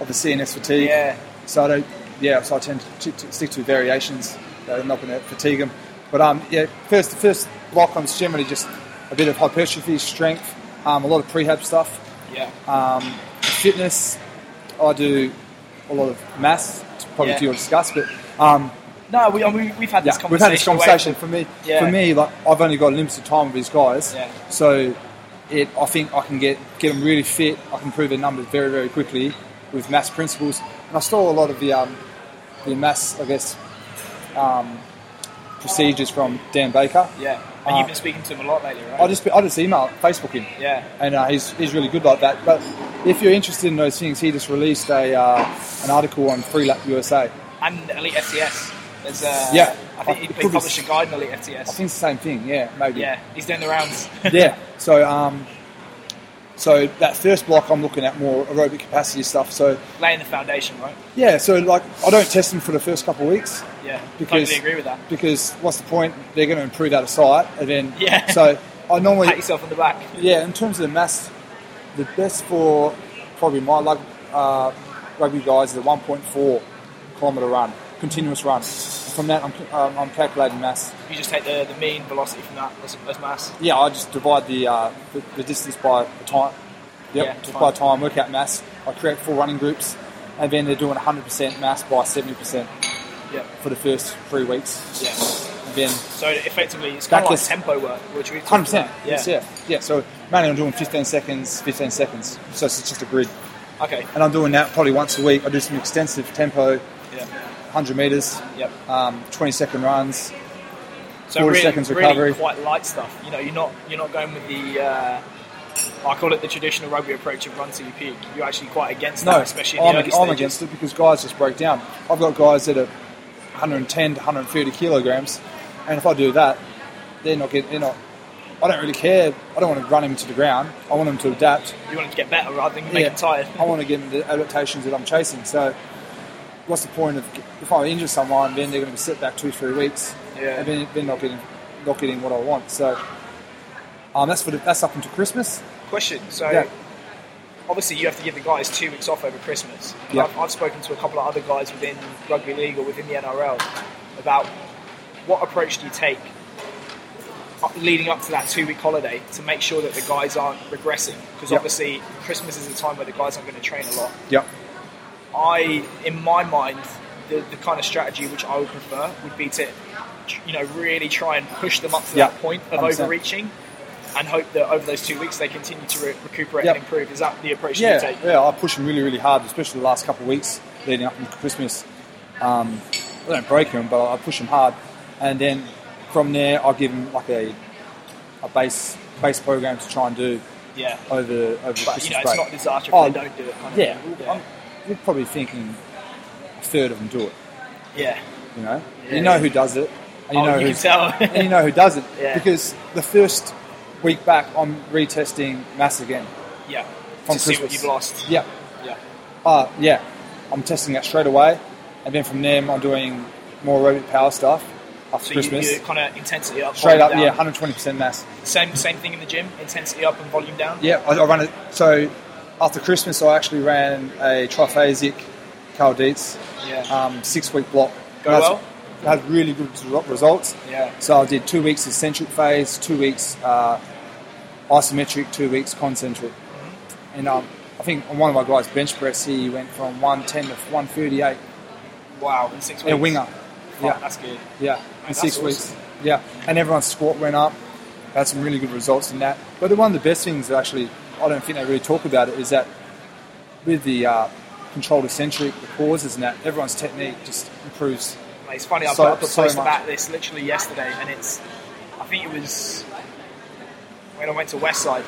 Speaker 2: of the CNS fatigue.
Speaker 1: Yeah,
Speaker 2: So I don't, yeah, so I tend to, to stick to variations that are not going to fatigue them. But um, yeah, first first block on generally just a bit of hypertrophy, strength, um, a lot of prehab stuff,
Speaker 1: yeah,
Speaker 2: um, fitness. I do a lot of mass, it's probably
Speaker 1: Yeah.
Speaker 2: to your disgust, but um,
Speaker 1: No, we, I mean, we've had this
Speaker 2: yeah,
Speaker 1: conversation.
Speaker 2: we've had this
Speaker 1: away
Speaker 2: conversation. For me,
Speaker 1: Yeah.
Speaker 2: for me, like I've only got a limited time with these guys,
Speaker 1: Yeah.
Speaker 2: so it. I think I can get get them really fit. I can improve their numbers very very quickly with mass principles, and I stole a lot of the um, the mass, I guess, um, procedures from Dan Baker.
Speaker 1: from- Yeah, and
Speaker 2: Uh,
Speaker 1: you've been speaking to him a lot lately, right?
Speaker 2: I just I just email Facebook him
Speaker 1: yeah,
Speaker 2: and uh, he's, he's really good like that. But if you're interested in those things, he just released a uh, an article on Free Lap USA.
Speaker 1: and Elite FTS. There's, uh,
Speaker 2: Yeah.
Speaker 1: I think
Speaker 2: I-
Speaker 1: he they
Speaker 2: it could be-
Speaker 1: published a guide in Elite FTS.
Speaker 2: I think it's the same thing, yeah, maybe.
Speaker 1: yeah, he's doing the rounds.
Speaker 2: yeah. So, um, so that first block, I'm looking at more aerobic capacity stuff. So,
Speaker 1: laying the foundation, right?
Speaker 2: yeah. So, like, I don't test them for the first couple of weeks
Speaker 1: Yeah,
Speaker 2: Because-
Speaker 1: totally agree with that.
Speaker 2: because what's the point? They're going to improve out of sight, and then
Speaker 1: Yeah.
Speaker 2: So, I normally
Speaker 1: Pat yourself on the back.
Speaker 2: yeah. In terms of the mass, the best for probably my lug, uh, rugby guys is a 1.4 kilometer run, continuous run. From that, I'm, um, I'm calculating mass.
Speaker 1: You just take the, the mean velocity from that as, as mass.
Speaker 2: Yeah, I just divide the uh, the, the distance by the time. Yep,
Speaker 1: Yeah,
Speaker 2: just
Speaker 1: fine.
Speaker 2: by time, work out mass. I create four running groups, and then they're doing 100% mass by 70%
Speaker 1: Yeah,
Speaker 2: for the first three weeks.
Speaker 1: yeah.
Speaker 2: And then
Speaker 1: So effectively, it's kind of like
Speaker 2: Backless.
Speaker 1: tempo work, which we
Speaker 2: 100%.
Speaker 1: talked about.
Speaker 2: Yes, yeah. Yeah, so mainly I'm doing 15 seconds, 15 seconds. So it's just a grid.
Speaker 1: Okay.
Speaker 2: And I'm doing that probably once a week. I do some extensive tempo,
Speaker 1: Yeah.
Speaker 2: 100 meters,
Speaker 1: Yep.
Speaker 2: um, 20 second runs.
Speaker 1: So
Speaker 2: 40
Speaker 1: really,
Speaker 2: seconds
Speaker 1: really
Speaker 2: recovery.
Speaker 1: quite light stuff. You know, you're not you're not going with the uh, I call it the traditional rugby approach of run to your peak. You're actually quite against
Speaker 2: No,
Speaker 1: that, *laughs* especially in
Speaker 2: I'm,
Speaker 1: the early
Speaker 2: I'm
Speaker 1: stages.
Speaker 2: against it because guys just break down. I've got guys that are 110 to 130 kilograms, and if I do that, they're not getting. They're not. I don't really care. I don't want to run him to the ground. I want him to adapt.
Speaker 1: You want to get better rather than make
Speaker 2: Yeah.
Speaker 1: them tired.
Speaker 2: I want to give them the adaptations that I'm chasing. So, what's the point of if I injure someone, then they're going to be set back two, three weeks,
Speaker 1: Yeah.
Speaker 2: and then they're not getting not getting what I want. So, um, that's for the, that's up until Christmas.
Speaker 1: Question. So
Speaker 2: Yeah.
Speaker 1: obviously you have to give the guys two weeks off over Christmas. And
Speaker 2: Yeah.
Speaker 1: I've, I've spoken to a couple of other guys within rugby league or within the NRL about what approach do you take up- leading up to that two week holiday to make sure that the guys aren't regressing because
Speaker 2: Yeah.
Speaker 1: obviously Christmas is a time where the guys aren't going to train a lot.
Speaker 2: Yep.
Speaker 1: I, in my mind, the, the kind of strategy which I would prefer would be to, you know, really try and push them up to
Speaker 2: Yeah,
Speaker 1: that point of
Speaker 2: 100%.
Speaker 1: overreaching, and hope that over those two weeks they continue to re- recuperate
Speaker 2: Yep.
Speaker 1: and improve. Is that the approach you
Speaker 2: Yeah,
Speaker 1: take?
Speaker 2: yeah, I push him really, really hard, especially the last couple of weeks leading up to Christmas. Um, I don't break him, but I push him hard, and then from there I give him like a a base base program to try and do
Speaker 1: Yeah.
Speaker 2: over over the
Speaker 1: But
Speaker 2: Christmas
Speaker 1: you know, it's
Speaker 2: break.
Speaker 1: not a disaster if
Speaker 2: Oh,
Speaker 1: they don't do it. Kind
Speaker 2: yeah,
Speaker 1: of, thing.
Speaker 2: I'm, you're probably thinking a third of them do it.
Speaker 1: yeah.
Speaker 2: You know,
Speaker 1: Yeah.
Speaker 2: you know who does it, and you
Speaker 1: oh,
Speaker 2: know
Speaker 1: you
Speaker 2: who
Speaker 1: can tell.
Speaker 2: *laughs* and you know who doesn't
Speaker 1: *laughs* Yeah.
Speaker 2: because the first week back I'm retesting mass again.
Speaker 1: yeah.
Speaker 2: From
Speaker 1: to see what
Speaker 2: Christmas.
Speaker 1: you've lost.
Speaker 2: Yeah,
Speaker 1: Yeah.
Speaker 2: Uh, yeah, I'm testing that straight away, and then from there I'm doing more aerobic power stuff after
Speaker 1: So you,
Speaker 2: Christmas.
Speaker 1: you kind of intensity up,
Speaker 2: straight
Speaker 1: volume
Speaker 2: up,
Speaker 1: down.
Speaker 2: yeah, 120 percent mass.
Speaker 1: Same same thing in the gym. Intensity up and volume down.
Speaker 2: Yeah, I, I run it. So after Christmas, I actually ran a triphasic Carl Dietz
Speaker 1: Yeah.
Speaker 2: um, six week block.
Speaker 1: Go
Speaker 2: That's-
Speaker 1: well?
Speaker 2: Had really good resu- results.
Speaker 1: yeah.
Speaker 2: So I did two weeks eccentric phase, two weeks uh, isometric, two weeks concentric.
Speaker 1: Mm-hmm.
Speaker 2: And um, I think on one of my guys' bench press, he went from 110 to 138
Speaker 1: Wow. In six weeks.
Speaker 2: in a winger.
Speaker 1: Fuck,
Speaker 2: Yeah,
Speaker 1: That's good.
Speaker 2: yeah, in
Speaker 1: that's
Speaker 2: six
Speaker 1: awesome.
Speaker 2: weeks. Yeah, and everyone's squat went up. Had some really good results in that. But the one of the best things, that actually, I don't think they really talk about it, is that with the uh, controlled eccentric, the pauses and that, everyone's technique just
Speaker 1: *laughs*
Speaker 2: improves.
Speaker 1: Mate, It's funny, I
Speaker 2: So-
Speaker 1: put up a
Speaker 2: so
Speaker 1: post
Speaker 2: much.
Speaker 1: about this literally yesterday, and it's, I think it was when I went to Westside.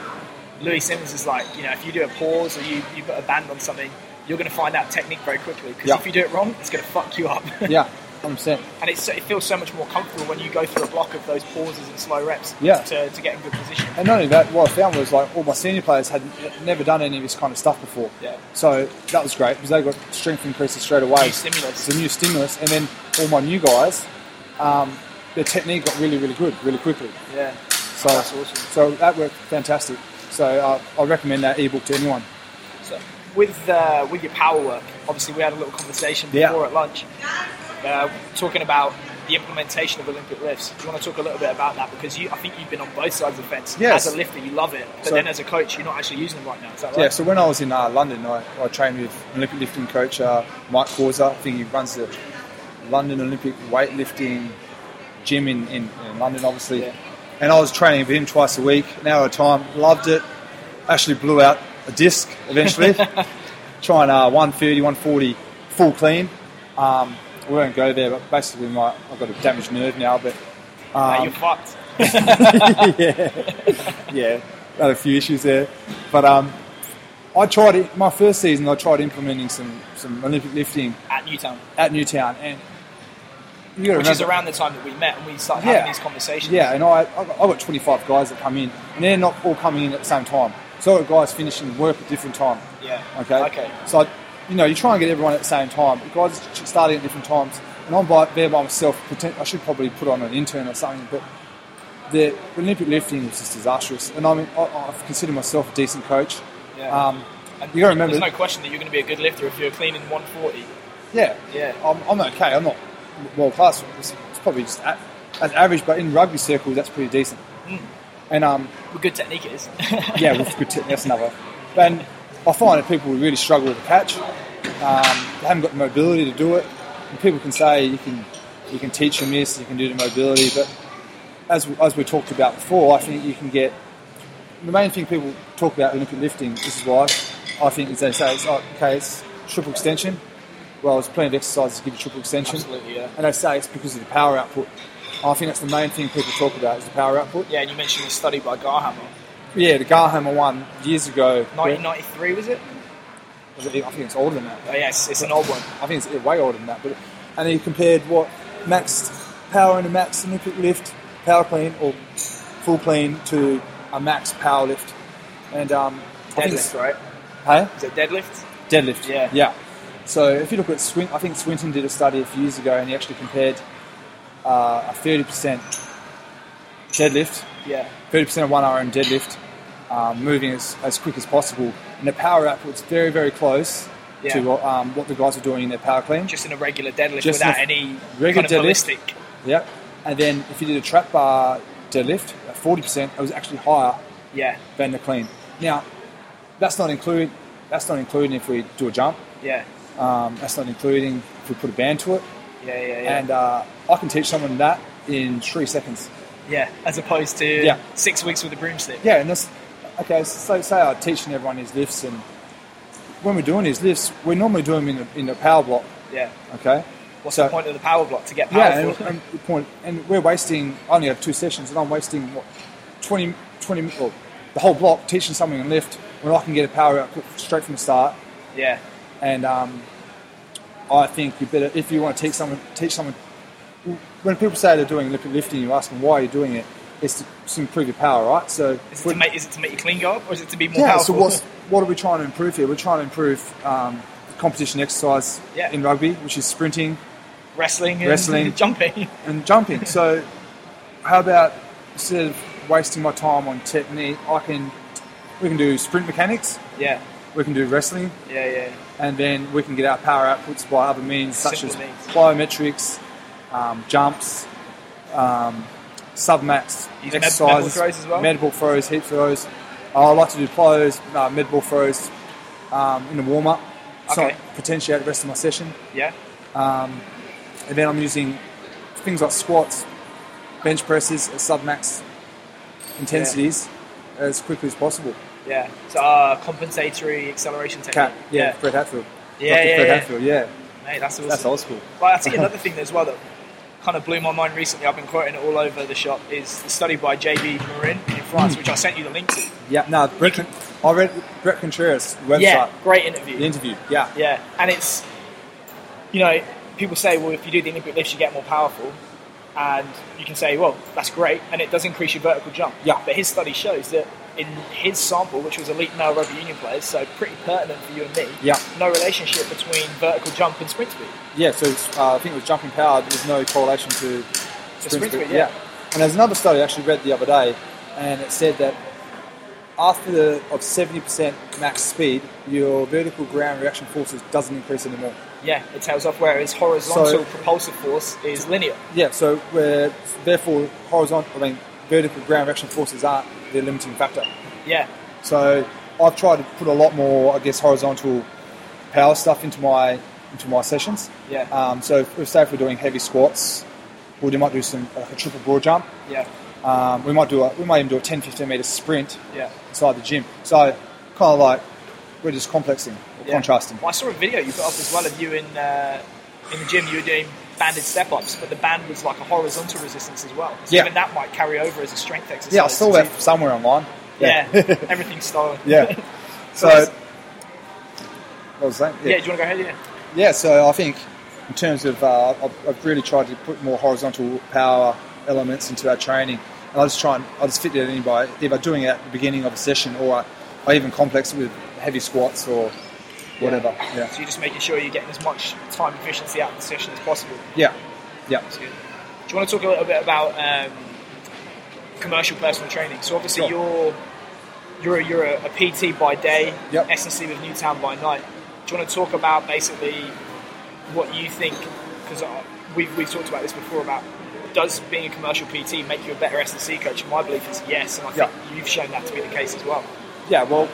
Speaker 1: Louis Simmons is like, you know, if you do a pause or you, you put a band on something, you're going to find out technique very quickly. Because
Speaker 2: Yeah.
Speaker 1: if you do it wrong, it's going to fuck you up. *laughs*
Speaker 2: Yeah, 100%.
Speaker 1: and it's, so- it feels so much more comfortable when you go through a block of those pauses and slow reps
Speaker 2: Yeah.
Speaker 1: to, to get in good position.
Speaker 2: And not only that, what I found was like all my senior players had never done any of this kind of stuff before.
Speaker 1: Yeah.
Speaker 2: So that was great because they got strength increases straight away.
Speaker 1: New stimulus.
Speaker 2: It's a new stimulus. And then all my new guys, um, their technique got really, really good really quickly.
Speaker 1: Yeah.
Speaker 2: So,
Speaker 1: That's awesome.
Speaker 2: so that worked fantastic. So uh, I recommend that ebook to anyone.
Speaker 1: So with uh, with your power work, obviously we had a little conversation
Speaker 2: Yeah.
Speaker 1: before at lunch, uh, talking about the implementation of Olympic lifts. Do you want to talk a little bit about that because you, I think you've been on both sides of the fence.
Speaker 2: Yes.
Speaker 1: As a lifter, you love it, but
Speaker 2: So-
Speaker 1: then as a coach, you're not actually using them right now. Is that right?
Speaker 2: Yeah, so when I was in uh, London, I, I trained with Olympic lifting coach uh, Mike Causa. I think he runs the London Olympic weightlifting gym in, in, in London, obviously.
Speaker 1: Yeah.
Speaker 2: And I was training with him twice a week, an hour at a time. Loved it. Actually blew out a disc
Speaker 1: *laughs*
Speaker 2: eventually. Trying uh, 130, 140 full clean. Um, we won't go there, but basically my, I've got a damaged nerve now. But
Speaker 1: Mate,
Speaker 2: um,
Speaker 1: you're fucked.
Speaker 2: yeah, yeah, had a few issues there, but um, I tried it. My first season, I tried implementing some some Olympic lifting
Speaker 1: At Newtown,
Speaker 2: at Newtown, and you got to
Speaker 1: which is
Speaker 2: remember,
Speaker 1: around the time that we met and we started
Speaker 2: Yeah.
Speaker 1: having these conversations.
Speaker 2: yeah, and I I got- I got 25 guys that come in, and they're not all coming in at the same time. So I've got guys finishing work at different time.
Speaker 1: Yeah.
Speaker 2: Okay.
Speaker 1: Okay.
Speaker 2: So you know, you try and get everyone at the same time. The guys ch- starting at different times, and I'm by, there by myself. Pretend, I should probably put on an intern or something, but the Olympic lifting was just disastrous. And I mean, I, I consider myself a decent coach.
Speaker 1: Yeah.
Speaker 2: Um,
Speaker 1: And
Speaker 2: you gotta remember-
Speaker 1: There's no question that you're going to be a good lifter if you're cleaning 140.
Speaker 2: yeah,
Speaker 1: Yeah.
Speaker 2: I'm, I'm okay. I'm not world class. It's, it's probably just a as average, but in rugby circles, that's pretty decent. And um,
Speaker 1: Well, good technique it is. *laughs*
Speaker 2: yeah, with good tip, that's another. And I find that people really struggle with the catch. Um, they haven't got the mobility to do it. And people can say you can you can teach them this, you can do the mobility, but as as we talked about before, I think you can get the main thing people talk about Olympic lifting. This is why I think is they say it's oh, okay, it's triple extension. Well, there's plenty of exercises to give you triple extension,
Speaker 1: Absolutely, yeah.
Speaker 2: and they say it's because of the power output. I think that's the main thing people talk about is the power output.
Speaker 1: Yeah, and you mentioned a study by Garhammer.
Speaker 2: Yeah, the Garhammer one years ago. where-
Speaker 1: 1993 was it?
Speaker 2: Was it- I think it's older than that.
Speaker 1: Oh, yes, it's an old one.
Speaker 2: I think it's way older than that. But and he compared what max power in a max Olympic lift, power clean or full clean to a max power lift, and um, I think it's-
Speaker 1: Deadlift, right?
Speaker 2: hey?
Speaker 1: Is it deadlift?
Speaker 2: deadlift.
Speaker 1: Yeah.
Speaker 2: yeah. So if you look at Swin, I think Swinton did a study a few years ago, and he actually compared uh, a thirty percent deadlift
Speaker 1: Yeah.
Speaker 2: 30% of one RM deadlift, um, moving as, as quick as possible. And the power output's very, very close
Speaker 1: Yeah.
Speaker 2: to um, what the guys are doing in their power clean.
Speaker 1: Just in a regular deadlift
Speaker 2: Just
Speaker 1: without
Speaker 2: a
Speaker 1: any
Speaker 2: regular
Speaker 1: kind of
Speaker 2: deadlift.
Speaker 1: ballistic.
Speaker 2: Yep. And then if you did a trap bar deadlift at 40%, it was actually higher
Speaker 1: Yeah,
Speaker 2: than the clean. Now, that's not included. That's not including if we do a jump.
Speaker 1: yeah,
Speaker 2: Um, that's not including if we put a band to it. uh,
Speaker 1: yeah, yeah, yeah.
Speaker 2: And uh, I can teach someone that in three seconds.
Speaker 1: yeah, Yeah, as opposed to
Speaker 2: Yeah.
Speaker 1: six weeks with a broomstick.
Speaker 2: Yeah, and that's okay. So say I'm teaching everyone these lifts, and when we're doing these lifts, we normally do them in a, in a power block.
Speaker 1: Yeah.
Speaker 2: Okay.
Speaker 1: What's
Speaker 2: So-
Speaker 1: the point of the power block to get
Speaker 2: Yeah,
Speaker 1: powerful?
Speaker 2: and, and the point, and we're wasting. I only have two sessions, and I'm wasting what 20, 20 well, the whole block teaching something in lift when I can get a power output straight from the start.
Speaker 1: yeah.
Speaker 2: And um, I think you better if you want to teach someone teach someone. When people say they're doing lip- lifting, you ask them why you're doing it. It's to, to improve your power, right? So
Speaker 1: Is it,
Speaker 2: we-
Speaker 1: to make, is it to make your clean go up or is it to be more
Speaker 2: yeah,
Speaker 1: powerful?
Speaker 2: so what's, what are we trying to improve here? We're trying to improve um, competition exercise
Speaker 1: Yeah.
Speaker 2: in rugby, which is sprinting
Speaker 1: Wrestling and *laughs*
Speaker 2: Wrestling.
Speaker 1: jumping.
Speaker 2: and
Speaker 1: *laughs*
Speaker 2: jumping. so, how about instead of wasting my time on technique, I can we can do sprint mechanics,
Speaker 1: yeah,
Speaker 2: we can do wrestling,
Speaker 1: yeah, yeah.
Speaker 2: and then we can get our power outputs by other means such
Speaker 1: Simple
Speaker 2: as
Speaker 1: means.
Speaker 2: plyometrics, um, jumps, um, submats,
Speaker 1: Use med- med ball
Speaker 2: exercises,
Speaker 1: throws as well?
Speaker 2: med ball throws, heaps of those. I like to do plyos, uh, med ball throws um, in the warm up. It's
Speaker 1: Okay.
Speaker 2: not potentiate the rest of my session.
Speaker 1: Yeah.
Speaker 2: And then I'm using things like squats, bench presses at submax intensities as quickly as possible.
Speaker 1: Yeah, so uh, compensatory acceleration technique.
Speaker 2: Cat, yeah, Fred Hatfield.
Speaker 1: Yeah,
Speaker 2: Dr.
Speaker 1: yeah,
Speaker 2: Fred
Speaker 1: yeah.
Speaker 2: Hatfield, yeah.
Speaker 1: Mate, that's awesome.
Speaker 2: That's old school.
Speaker 1: Well, I think another thing as well that kind of blew my mind recently. I've been quoting it all over the shop. Is the study by JB Marin in France, which I sent you the link to.
Speaker 2: Yeah, no, Brett, Con- I read Brett Contreras' website,
Speaker 1: Yeah, great interview.
Speaker 2: the interview. Yeah,
Speaker 1: Yeah, and it's you know people say, well, if you do the Olympic lifts, you get more powerful, and you can say, well, that's great, and it does increase your vertical jump.
Speaker 2: Yeah.
Speaker 1: But his study shows that in his sample, which was elite male rugby union players, so pretty pertinent for you and me.
Speaker 2: Yeah.
Speaker 1: No relationship between vertical jump and sprint speed.
Speaker 2: yeah. So it's, uh, I think it was jumping power. There was no correlation to
Speaker 1: sprint
Speaker 2: speed,
Speaker 1: speed, yeah.
Speaker 2: And there's another study I actually read the other day, and it said that after the, of 70% max speed, your vertical ground reaction forces doesn't increase anymore.
Speaker 1: Yeah, it tails off. Whereas horizontal
Speaker 2: So-
Speaker 1: propulsive force is linear.
Speaker 2: Yeah, so we're, therefore horizontal, I mean, vertical ground reaction forces aren't the limiting factor.
Speaker 1: Yeah,
Speaker 2: So I've tried to put a lot more, I guess, horizontal power stuff into my into my sessions.
Speaker 1: Yeah.
Speaker 2: Um, so if, if- say if we're doing heavy squats, we do- might do some like a triple broad jump.
Speaker 1: yeah,
Speaker 2: Um, we might do a, we might even do a 10, 15 meter sprint
Speaker 1: yeah.
Speaker 2: inside the gym. So kind of like we're just complexing, or
Speaker 1: yeah.
Speaker 2: contrasting.
Speaker 1: Well, I saw a video you put up as well of you in uh, in the gym. You were doing banded step ups, but the band was like a horizontal resistance as well. So
Speaker 2: Yeah.
Speaker 1: even that might carry over as a strength exercise.
Speaker 2: Yeah, I saw
Speaker 1: to-
Speaker 2: that somewhere online.
Speaker 1: Yeah,
Speaker 2: *laughs* yeah.
Speaker 1: everything's stolen. *laughs*
Speaker 2: Yeah. *laughs* So
Speaker 1: that's-
Speaker 2: what was that?
Speaker 1: yeah. Do you want to go ahead? Yeah.
Speaker 2: Yeah, so I think in terms of, uh, I've, I've really tried to put more horizontal power elements into our training. And I just try and I just fit that in by either doing it at the beginning of a session or I, I even complex it with heavy squats or whatever. Yeah.
Speaker 1: So you're just making sure you're getting as much time efficiency out of the session as possible.
Speaker 2: Yeah. Yeah.
Speaker 1: That's good. Do you want to talk a little bit about um, commercial personal training? So obviously
Speaker 2: Sure.
Speaker 1: you're you're a, you're a, a PT by day,
Speaker 2: Yep.
Speaker 1: SNC with Newtown by night. Do you want to talk about basically what you think? Because we've, we've talked about this before about does being a commercial PT make you a better SNC coach? My belief is yes, and I think you've shown that to be the case as well.
Speaker 2: Yeah, well,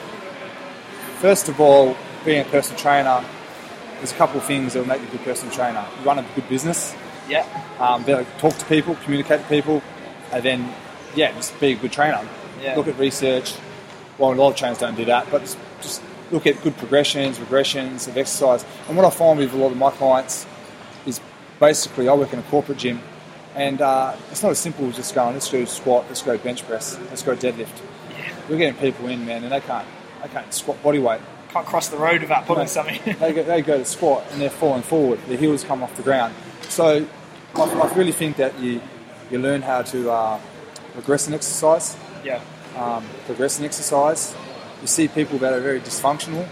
Speaker 2: first of all, being a personal trainer, there's a couple of things that will make you a good personal trainer. You run a good business,
Speaker 1: Yeah,
Speaker 2: um, be able to talk to people, communicate to people, and then yeah, just be a good trainer.
Speaker 1: Yeah.
Speaker 2: Look at research. Well, a lot of trainers don't do that, but just, just look at good progressions, regressions of exercise. And what I find with a lot of my clients is basically I work in a corporate gym, and uh, it's not as simple as just going let's do squat, let's go bench press, let's go deadlift. We're getting people in, man, and they can't they can't squat body weight.
Speaker 1: can't cross the road without putting
Speaker 2: Mate,
Speaker 1: something. *laughs*
Speaker 2: they, go, they go to squat and they're falling forward. Their heels come off the ground. So I, I really think that you you learn how to uh, progress in exercise,
Speaker 1: yeah,
Speaker 2: um, progress in exercise. You see people that are very dysfunctional,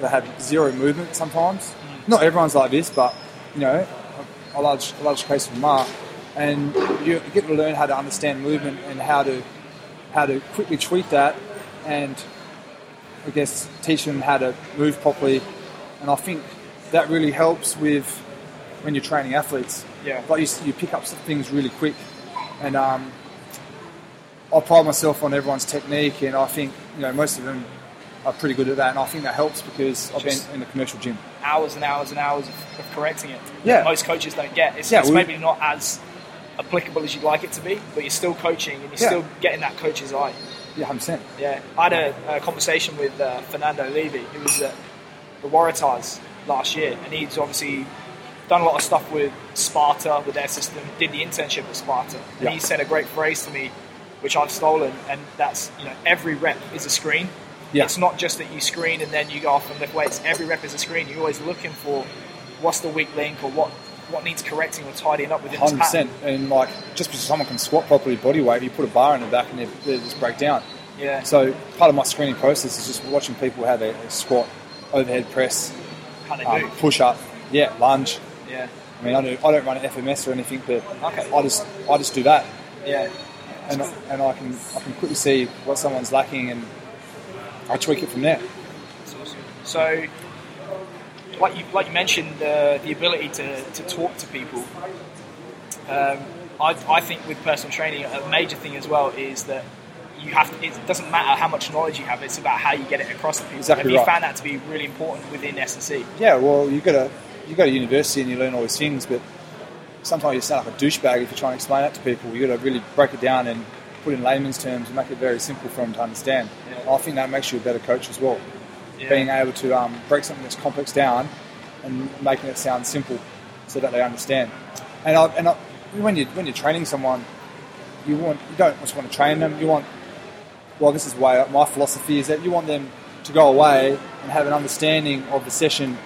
Speaker 2: that have zero movement sometimes. Not everyone's like this, but you know, a large a large case of Mark, and you get to learn how to understand movement and how to how to quickly tweak that and I guess teach them how to move properly, and I think that really helps with when you're training athletes.
Speaker 1: Yeah.
Speaker 2: like you, you pick up some things really quick, and um, I pride myself on everyone's technique, and I think you know most of them are pretty good at that, and I think that helps because I've
Speaker 1: Just-
Speaker 2: been in a commercial gym.
Speaker 1: hours and hours and hours of, of correcting it.
Speaker 2: Yeah.
Speaker 1: most coaches don't get. It's,
Speaker 2: Yeah,
Speaker 1: it's
Speaker 2: we-
Speaker 1: maybe not as applicable as you'd like it to be, but you're still coaching and you're
Speaker 2: Yeah.
Speaker 1: still getting that coach's eye.
Speaker 2: Yeah, 100%.
Speaker 1: Yeah, I had a, a conversation with uh, Fernando Levy, who was at the Waratahs last year, and he's obviously done a lot of stuff with Sparta, with their system, did the internship at Sparta. And
Speaker 2: Yeah.
Speaker 1: he said a great phrase to me, which I've stolen, and that's, you know, every rep is a screen.
Speaker 2: Yeah.
Speaker 1: It's not just that you screen and then you go off and lift weights. Every rep is a screen. You're always looking for what's the weak link or what, what needs correcting or tidying up within
Speaker 2: Hundred
Speaker 1: this pattern.
Speaker 2: percent, and like just because someone can squat properly body weight, you put a bar in the back and they, they just break down.
Speaker 1: Yeah.
Speaker 2: So part of my screening process is just watching people how they squat, overhead press,
Speaker 1: How they do.
Speaker 2: um, push up, yeah, lunge.
Speaker 1: Yeah.
Speaker 2: I mean, I don't, I don't run an FMS or anything, but
Speaker 1: Okay.
Speaker 2: I just I just do that,
Speaker 1: Yeah.
Speaker 2: and I, and I can I can quickly see what someone's lacking, and I tweak it from there.
Speaker 1: That's awesome. So, like you like you mentioned, uh, the ability to, to talk to people. Um, I, I think with personal training, a major thing as well is that you have. To, it doesn't matter how much knowledge you have; it's about how you get it across to people.
Speaker 2: Exactly
Speaker 1: Have you
Speaker 2: right.
Speaker 1: found that to be really important within SNC?
Speaker 2: Yeah, well, you go to you go to university and you learn all these things, but sometimes you sound like a douchebag if you try and explain that to people. You got to really break it down and put it in layman's terms and make it very simple for them to understand.
Speaker 1: Yeah.
Speaker 2: And I think that makes you a better coach as well,
Speaker 1: Yeah.
Speaker 2: being able to um, break something that's complex down and making it sound simple so that they understand. And I, and I, when you when you're training someone, you want you don't just want to train them. You want well, this is why my philosophy is that you want them to go away and have an understanding of the session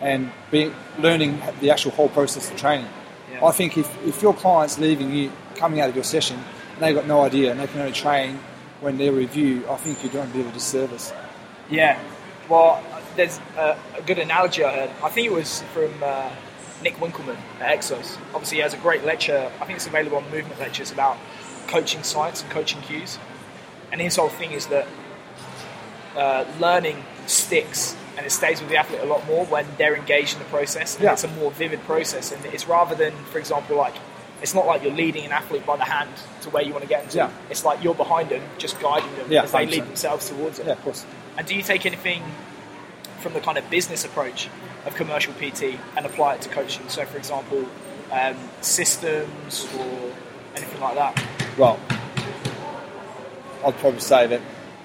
Speaker 2: and be learning the actual whole process of training.
Speaker 1: Yeah.
Speaker 2: I think if, if your client's leaving you, coming out of your session, and they've got no idea and they can only train when they review, I think you're doing a bit of a disservice.
Speaker 1: Yeah. Well, there's a, a good analogy I heard. I think it was from uh, Nick Winkleman at Exos. Obviously, he has a great lecture. I think it's available on Movement Lectures about coaching science and coaching cues. And his whole thing is that uh, learning sticks and it stays with the athlete a lot more when they're engaged in the process. And
Speaker 2: Yeah.
Speaker 1: It's a more vivid process, and it's rather than, for example, like it's not like you're leading an athlete by the hand to where you want to get them. to.
Speaker 2: Yeah.
Speaker 1: It's like you're behind them, just guiding them
Speaker 2: Yeah,
Speaker 1: as they lead
Speaker 2: 100%.
Speaker 1: themselves towards it.
Speaker 2: Yeah, of course.
Speaker 1: And do you take anything from the kind of business approach of commercial PT and apply it to coaching? So, for example, um, systems or anything like that.
Speaker 2: Well, I'd probably say that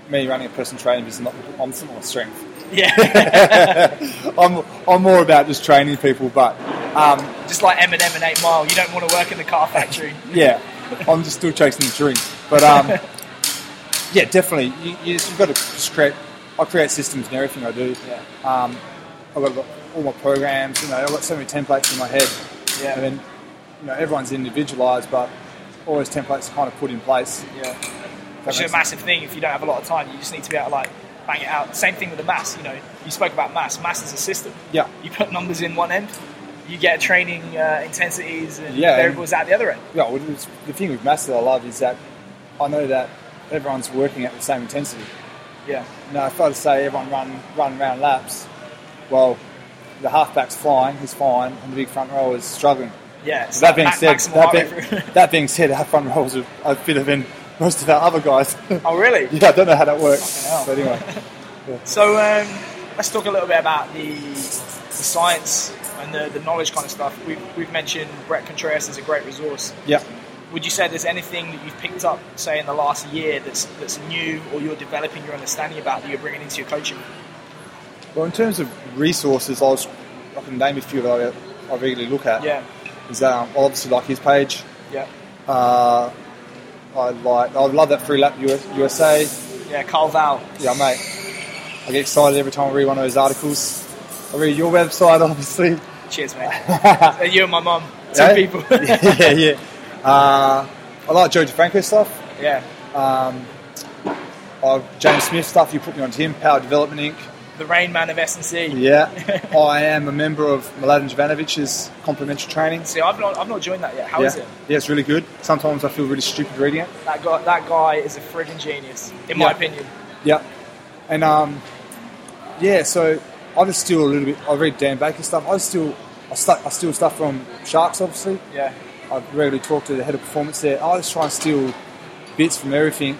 Speaker 2: me running a personal training is not, I'm not my strength.
Speaker 1: Yeah,
Speaker 2: I'm, I'm more about just training people, but um,
Speaker 1: *laughs* just like Eminem and Eight Mile, you don't want to work in the car
Speaker 2: *laughs*
Speaker 1: factory.
Speaker 2: yeah, I'm just still chasing the dream. But um, yeah, definitely, you, you just, you've got to just create. I create systems in everything I do.
Speaker 1: Yeah,
Speaker 2: Um, I've got all my programs. You know, I've got so many templates in my head.
Speaker 1: Yeah.
Speaker 2: And then, you know, everyone's individualized, but all those templates are kind of put in place.
Speaker 1: yeah.
Speaker 2: If that
Speaker 1: Which is
Speaker 2: makes
Speaker 1: a massive thing if you don't have a lot of time. You just need to be able to like bang it out. Same thing with the mass. You know, you spoke about mass. Mass is a system.
Speaker 2: Yeah.
Speaker 1: You put numbers in one end, you get training uh, intensities and
Speaker 2: Yeah, and-
Speaker 1: variables out the other end.
Speaker 2: yeah, well, it's, the thing with maths that I love is that I know that everyone's working at the same intensity.
Speaker 1: Yeah.
Speaker 2: Now, if I was to say everyone run run round laps, well, the halfback's flying, he's fine, and the big front row is struggling.
Speaker 1: Yeah. So
Speaker 2: That being
Speaker 1: ma-
Speaker 2: said,
Speaker 1: maximal
Speaker 2: that
Speaker 1: heart rate
Speaker 2: being,
Speaker 1: for-
Speaker 2: that being said, our front rows are, are fitter than most of our other guys.
Speaker 1: *laughs*
Speaker 2: *laughs*
Speaker 1: oh, really?
Speaker 2: yeah, I don't know how that works,
Speaker 1: Fucking hell.
Speaker 2: but anyway,
Speaker 1: So um, let's talk a little bit about the, the science and the, the knowledge kind of stuff. We've, we've mentioned Brett Contreras as a great resource.
Speaker 2: yeah.
Speaker 1: Would you say there's anything that you've picked up, say, in the last year that's, that's new or you're developing your understanding about that you're bringing into your coaching?
Speaker 2: Well, in terms of resources, I, was, I can name a few that I, I regularly look at.
Speaker 1: Yeah,
Speaker 2: Is um, I obviously like his page.
Speaker 1: yeah,
Speaker 2: Uh, I like, I love that free lap US, USA.
Speaker 1: yeah. Carl Val.
Speaker 2: Yeah, mate. I get excited every time I read one of those articles. I read your website, *laughs* obviously.
Speaker 1: Cheers, mate. Uh,
Speaker 2: *laughs*
Speaker 1: you and my mum, two
Speaker 2: Yeah?
Speaker 1: people.
Speaker 2: *laughs* yeah, yeah. Uh, I like Joe DeFranco stuff.
Speaker 1: *laughs* yeah,
Speaker 2: Um, I, James Smith stuff. You put me onto him. Power Development Inc.
Speaker 1: the Rain Man of S and C.
Speaker 2: Yeah.
Speaker 1: *laughs*
Speaker 2: I am a member of Mladen Jovanovic's complementary training.
Speaker 1: See, I've not, I've not joined that yet. How
Speaker 2: yeah.
Speaker 1: is it?
Speaker 2: Yeah, it's really good. Sometimes I feel really stupid reading it.
Speaker 1: That guy, that guy is a friggin' genius, in my
Speaker 2: Yeah.
Speaker 1: opinion.
Speaker 2: Yeah. And um, yeah, so I just steal a little bit. I read Dan Baker stuff. I still, I, stu- I steal stuff from Sharks, obviously.
Speaker 1: Yeah,
Speaker 2: I regularly talk to the head of performance there. I just try and steal bits from everything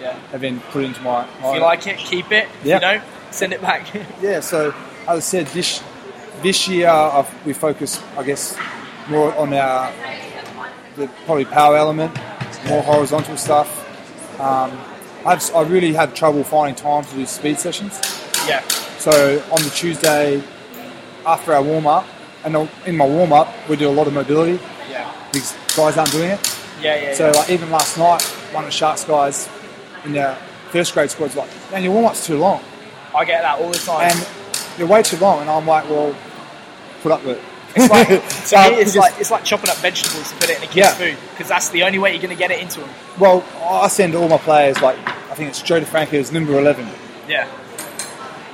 Speaker 1: yeah.
Speaker 2: and then put it into my. my
Speaker 1: If you like it, keep it. If
Speaker 2: Yeah.
Speaker 1: you don't, send it back. *laughs*
Speaker 2: Yeah. So as I said, this this year I've, we focus, I guess, more on our the probably power element, more horizontal stuff. Um, I've, I really had trouble finding time to do speed sessions.
Speaker 1: Yeah.
Speaker 2: So on the Tuesday after our warm up, and in my warm up, we do a lot of mobility
Speaker 1: Yeah.
Speaker 2: because guys aren't doing it.
Speaker 1: Yeah. Yeah.
Speaker 2: So
Speaker 1: yeah.
Speaker 2: like even last night, one of the Sharks guys in the first grade squad's like, man, your warm up's too long,
Speaker 1: I get that all the time.
Speaker 2: and you're way too long, and I'm like, well, put
Speaker 1: *laughs*
Speaker 2: up with it.
Speaker 1: It's
Speaker 2: *laughs*
Speaker 1: like, to
Speaker 2: Um,
Speaker 1: me, it's
Speaker 2: because-
Speaker 1: like it's like chopping up vegetables to put it in a kid's
Speaker 2: Yeah.
Speaker 1: food because that's the only way you're going to get it into them.
Speaker 2: Well, I send all my players like I think it's Joe DeFranco's number eleven.
Speaker 1: Yeah.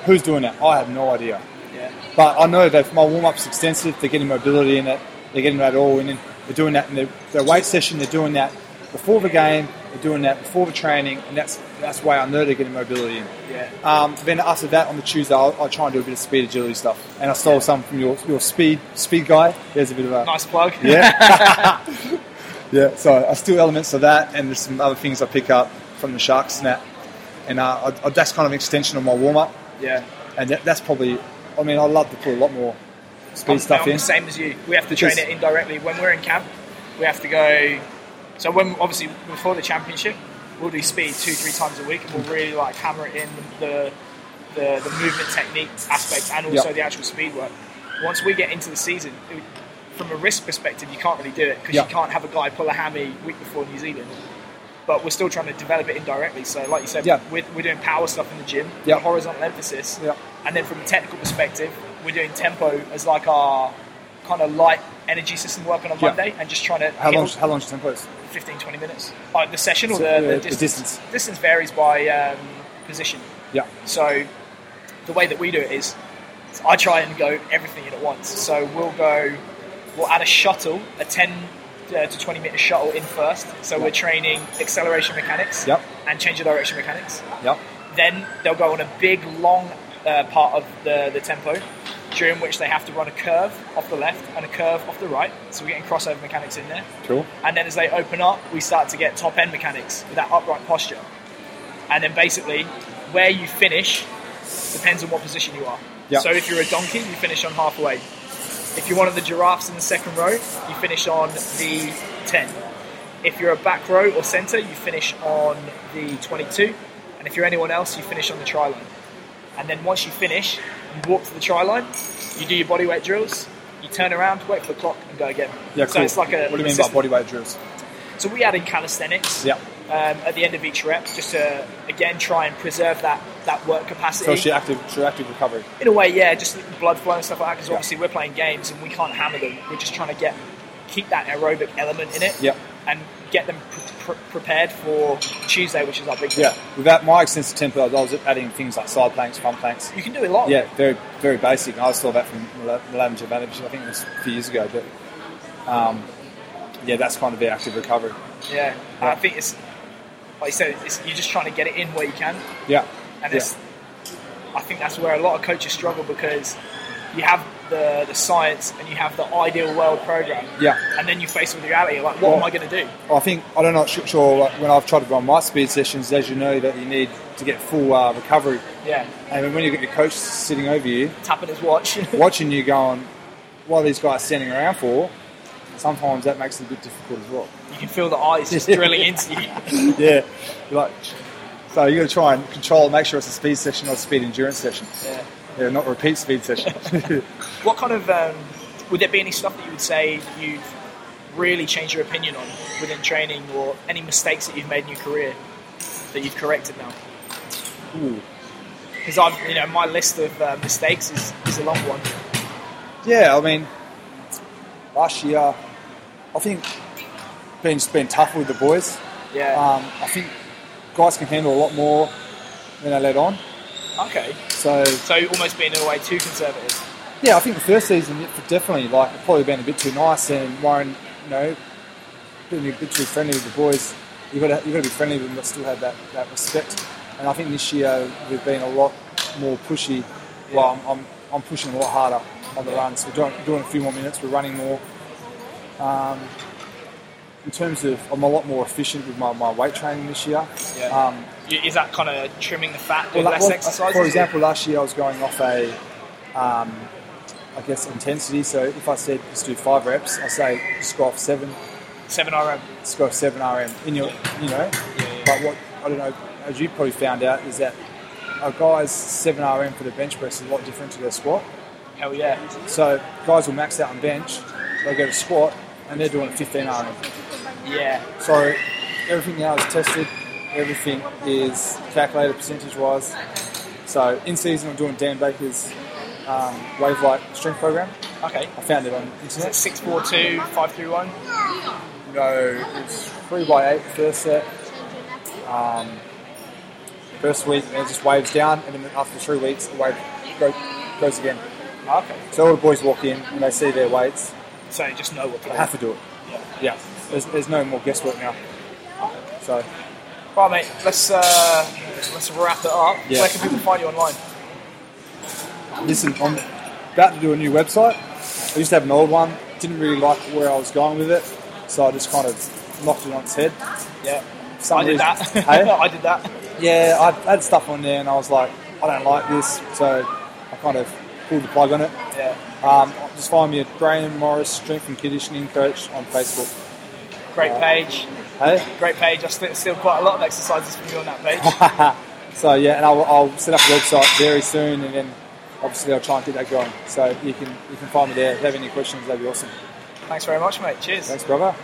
Speaker 2: Who's doing it? I have no idea.
Speaker 1: Yeah.
Speaker 2: But I know that my warm up's extensive. They're getting mobility in it. They're getting that all in. They're doing that in their, their weight session. They're doing that before the game. They're doing that before the training, and that's that's why I know they're getting mobility in.
Speaker 1: Yeah.
Speaker 2: Um, then after that, on the Tuesday, I'll, I'll try and do a bit of speed agility stuff. And I stole some from your, your speed speed guy. There's a bit of a
Speaker 1: Nice plug.
Speaker 2: yeah. yeah, so I steal elements of that, and there's some other things I pick up from the shark snap, and uh, I, I, that's kind of an extension of my warm up,
Speaker 1: *laughs* yeah.
Speaker 2: and that, that's probably. I mean, I love to put a lot more speed
Speaker 1: I'm-
Speaker 2: stuff
Speaker 1: I'm
Speaker 2: in.
Speaker 1: the same as you. We have to train it
Speaker 2: Because-
Speaker 1: indirectly. When we're in camp, we have to go. So when obviously before the championship, we'll do speed two three times a week, and we'll really like hammer it in the the, the movement technique aspect and also
Speaker 2: Yeah.
Speaker 1: the actual speed work. Once we get into the season. It, from a risk perspective, you can't really do it because
Speaker 2: Yeah.
Speaker 1: you can't have a guy pull a hammy week before New Zealand. But we're still trying to develop it indirectly. So, like you said,
Speaker 2: Yeah.
Speaker 1: we're, we're doing power stuff in the gym,
Speaker 2: Yeah.
Speaker 1: horizontal emphasis,
Speaker 2: Yeah.
Speaker 1: and then from a technical perspective, we're doing tempo as like our kind of light energy system work on a
Speaker 2: Yeah.
Speaker 1: Monday and just trying to
Speaker 2: How
Speaker 1: hit
Speaker 2: long?
Speaker 1: all-
Speaker 2: How long's your tempo? is?
Speaker 1: 15, 20 minutes. Like the session or
Speaker 2: So,
Speaker 1: the,
Speaker 2: uh,
Speaker 1: the,
Speaker 2: the
Speaker 1: distance.
Speaker 2: distance.
Speaker 1: varies by um, position.
Speaker 2: Yeah,
Speaker 1: So the way that we do it is I try and go everything in at once. So we'll go, we'll add a shuttle, a 10 uh, to 20 meter shuttle in first. So we're training acceleration mechanics
Speaker 2: Yep.
Speaker 1: and change of direction mechanics
Speaker 2: yeah,
Speaker 1: then they'll go on a big long uh, part of the, the tempo during which they have to run a curve off the left and a curve off the right so we're getting crossover mechanics in there
Speaker 2: cool.
Speaker 1: and then as they open up we start to get top end mechanics with that upright posture and then basically where you finish depends on what position you are
Speaker 2: Yeah.
Speaker 1: so if you're a donkey you finish on halfway if you're one of the giraffes in the second row you finish on the 10 if you're a back row or centre, you finish on the 22. And if you're anyone else, you finish on the try line. And then once you finish, you walk to the try line, you do your body weight drills, you turn around, wait for the clock, and go again.
Speaker 2: Yeah,
Speaker 1: so
Speaker 2: cool.
Speaker 1: it's like a.
Speaker 2: what do you mean by
Speaker 1: system.
Speaker 2: body weight drills?
Speaker 1: So we add in calisthenics
Speaker 2: Yeah.
Speaker 1: um, at the end of each rep, just to again try and preserve that, that work capacity
Speaker 2: So it's your active, it's your active recovery.
Speaker 1: in a way, yeah, just blood flow and stuff like that. Because
Speaker 2: Yeah.
Speaker 1: obviously we're playing games and we can't hammer them. We're just trying to get keep that aerobic element in it,
Speaker 2: Yeah.
Speaker 1: and get them pr- pr- prepared for Tuesday, which is our big day.
Speaker 2: Yeah, without my extensive tempo, I was adding things like side planks, front planks.
Speaker 1: You can do a lot.
Speaker 2: Yeah, very very basic. I saw that from Milan Jovanovic, I think it was a few years ago. But um, yeah, that's kind of the active recovery.
Speaker 1: yeah. And I think it's like you said, it's, you're just trying to get it in where you can,
Speaker 2: Yeah,
Speaker 1: and
Speaker 2: yeah.
Speaker 1: it's, I think that's where a lot of coaches struggle because you have the the science and you have the ideal world program,
Speaker 2: Yeah.
Speaker 1: and then you face with reality. Like, what
Speaker 2: Well-
Speaker 1: am I going to do?
Speaker 2: I think I don't know. Sure, sure like, when I've tried to run my speed sessions, as you know, that you need to get full uh, recovery.
Speaker 1: Yeah,
Speaker 2: And when you get your coach sitting over you,
Speaker 1: tapping his watch. *laughs*
Speaker 2: watching you going, what are these guys standing around for? Sometimes that makes it a bit difficult as well.
Speaker 1: you can feel the eyes just drilling into
Speaker 2: *laughs*
Speaker 1: you.
Speaker 2: yeah, You're like so you got to try and control, make sure it's a speed session or a speed endurance session.
Speaker 1: Yeah.
Speaker 2: Yeah, not a repeat speed session.
Speaker 1: What kind of um, would there be any stuff that you would say that you've really changed your opinion on within training, or any mistakes that you've made in your career that you've corrected now?
Speaker 2: Ooh.
Speaker 1: Because I've, you know, my list of uh, mistakes is, is a long one.
Speaker 2: Yeah, I mean, last year, I think being just being tough with the boys.
Speaker 1: Yeah.
Speaker 2: Um, I think guys can handle a lot more than they let on.
Speaker 1: okay.
Speaker 2: So
Speaker 1: So almost being in a way too conservative.
Speaker 2: yeah, I think the first season it definitely like I've probably been a bit too nice and Warren, you know, being a bit too friendly with the boys. You got to you got to be friendly with them, but still have that, that respect. And I think this year we've been a lot more pushy. Well, I'm, I'm, I'm pushing a lot harder on the runs. We're doing, doing a few more minutes. We're running more. Um, in terms of, I'm a lot more efficient with my, my weight training this year. Um,
Speaker 1: Y- is that kind of trimming the fat, doing
Speaker 2: well,
Speaker 1: less
Speaker 2: well,
Speaker 1: exercise?
Speaker 2: For example, last year I was going off a, um, I guess, intensity. So if I said just do five reps, I say just go off seven,
Speaker 1: Seven RM.
Speaker 2: it's got seven RM in your, you know. But what I don't know, as you probably found out, is that a guy's seven RM for the bench press is a lot different to their squat.
Speaker 1: Hell yeah.
Speaker 2: So guys will max out on bench, they go to squat, and they're doing 15 RM.
Speaker 1: Yeah.
Speaker 2: So everything now is tested, everything is calculated percentage wise. So in season, I'm doing Dan Baker's um, Wave Light strength program.
Speaker 1: Okay.
Speaker 2: I found it on
Speaker 1: Is it
Speaker 2: internet.
Speaker 1: six four two five three one?
Speaker 2: No, it's three by eight first set. Um, first week, and it just waves down, and then after three weeks, the wave go, goes again.
Speaker 1: Oh, Okay.
Speaker 2: So all the boys walk in and they see their weights.
Speaker 1: So you just know what to
Speaker 2: They
Speaker 1: do.
Speaker 2: have to do it.
Speaker 1: Yeah.
Speaker 2: Yeah, there's, there's no more guesswork now. So
Speaker 1: Right, mate. Let's uh, let's wrap it up.
Speaker 2: Yeah.
Speaker 1: Where can people find you online?
Speaker 2: Listen, I'm about to do a new website. I used to have an old one. Didn't really like where I was going with it, so I just kind of knocked it on its head.
Speaker 1: Yeah. Oh,
Speaker 2: For some
Speaker 1: I did
Speaker 2: reason-
Speaker 1: that. *laughs*
Speaker 2: Hey?
Speaker 1: I did that.
Speaker 2: Yeah, I had stuff on there, and I was like, I don't like this, so I kind of pulled the plug on it.
Speaker 1: Yeah.
Speaker 2: Um, just find me at Graham Morris Strength and Conditioning Coach on Facebook.
Speaker 1: Great page.
Speaker 2: Hey,
Speaker 1: Great page. I still, still quite a lot of exercises from you on that page. *laughs*
Speaker 2: so yeah, and I'll, I'll set up a website very soon, and then obviously I'll try and get that going. So you can you can find me there. If you have any questions, that'd be awesome.
Speaker 1: Thanks very much, mate. Cheers.
Speaker 2: Thanks, brother.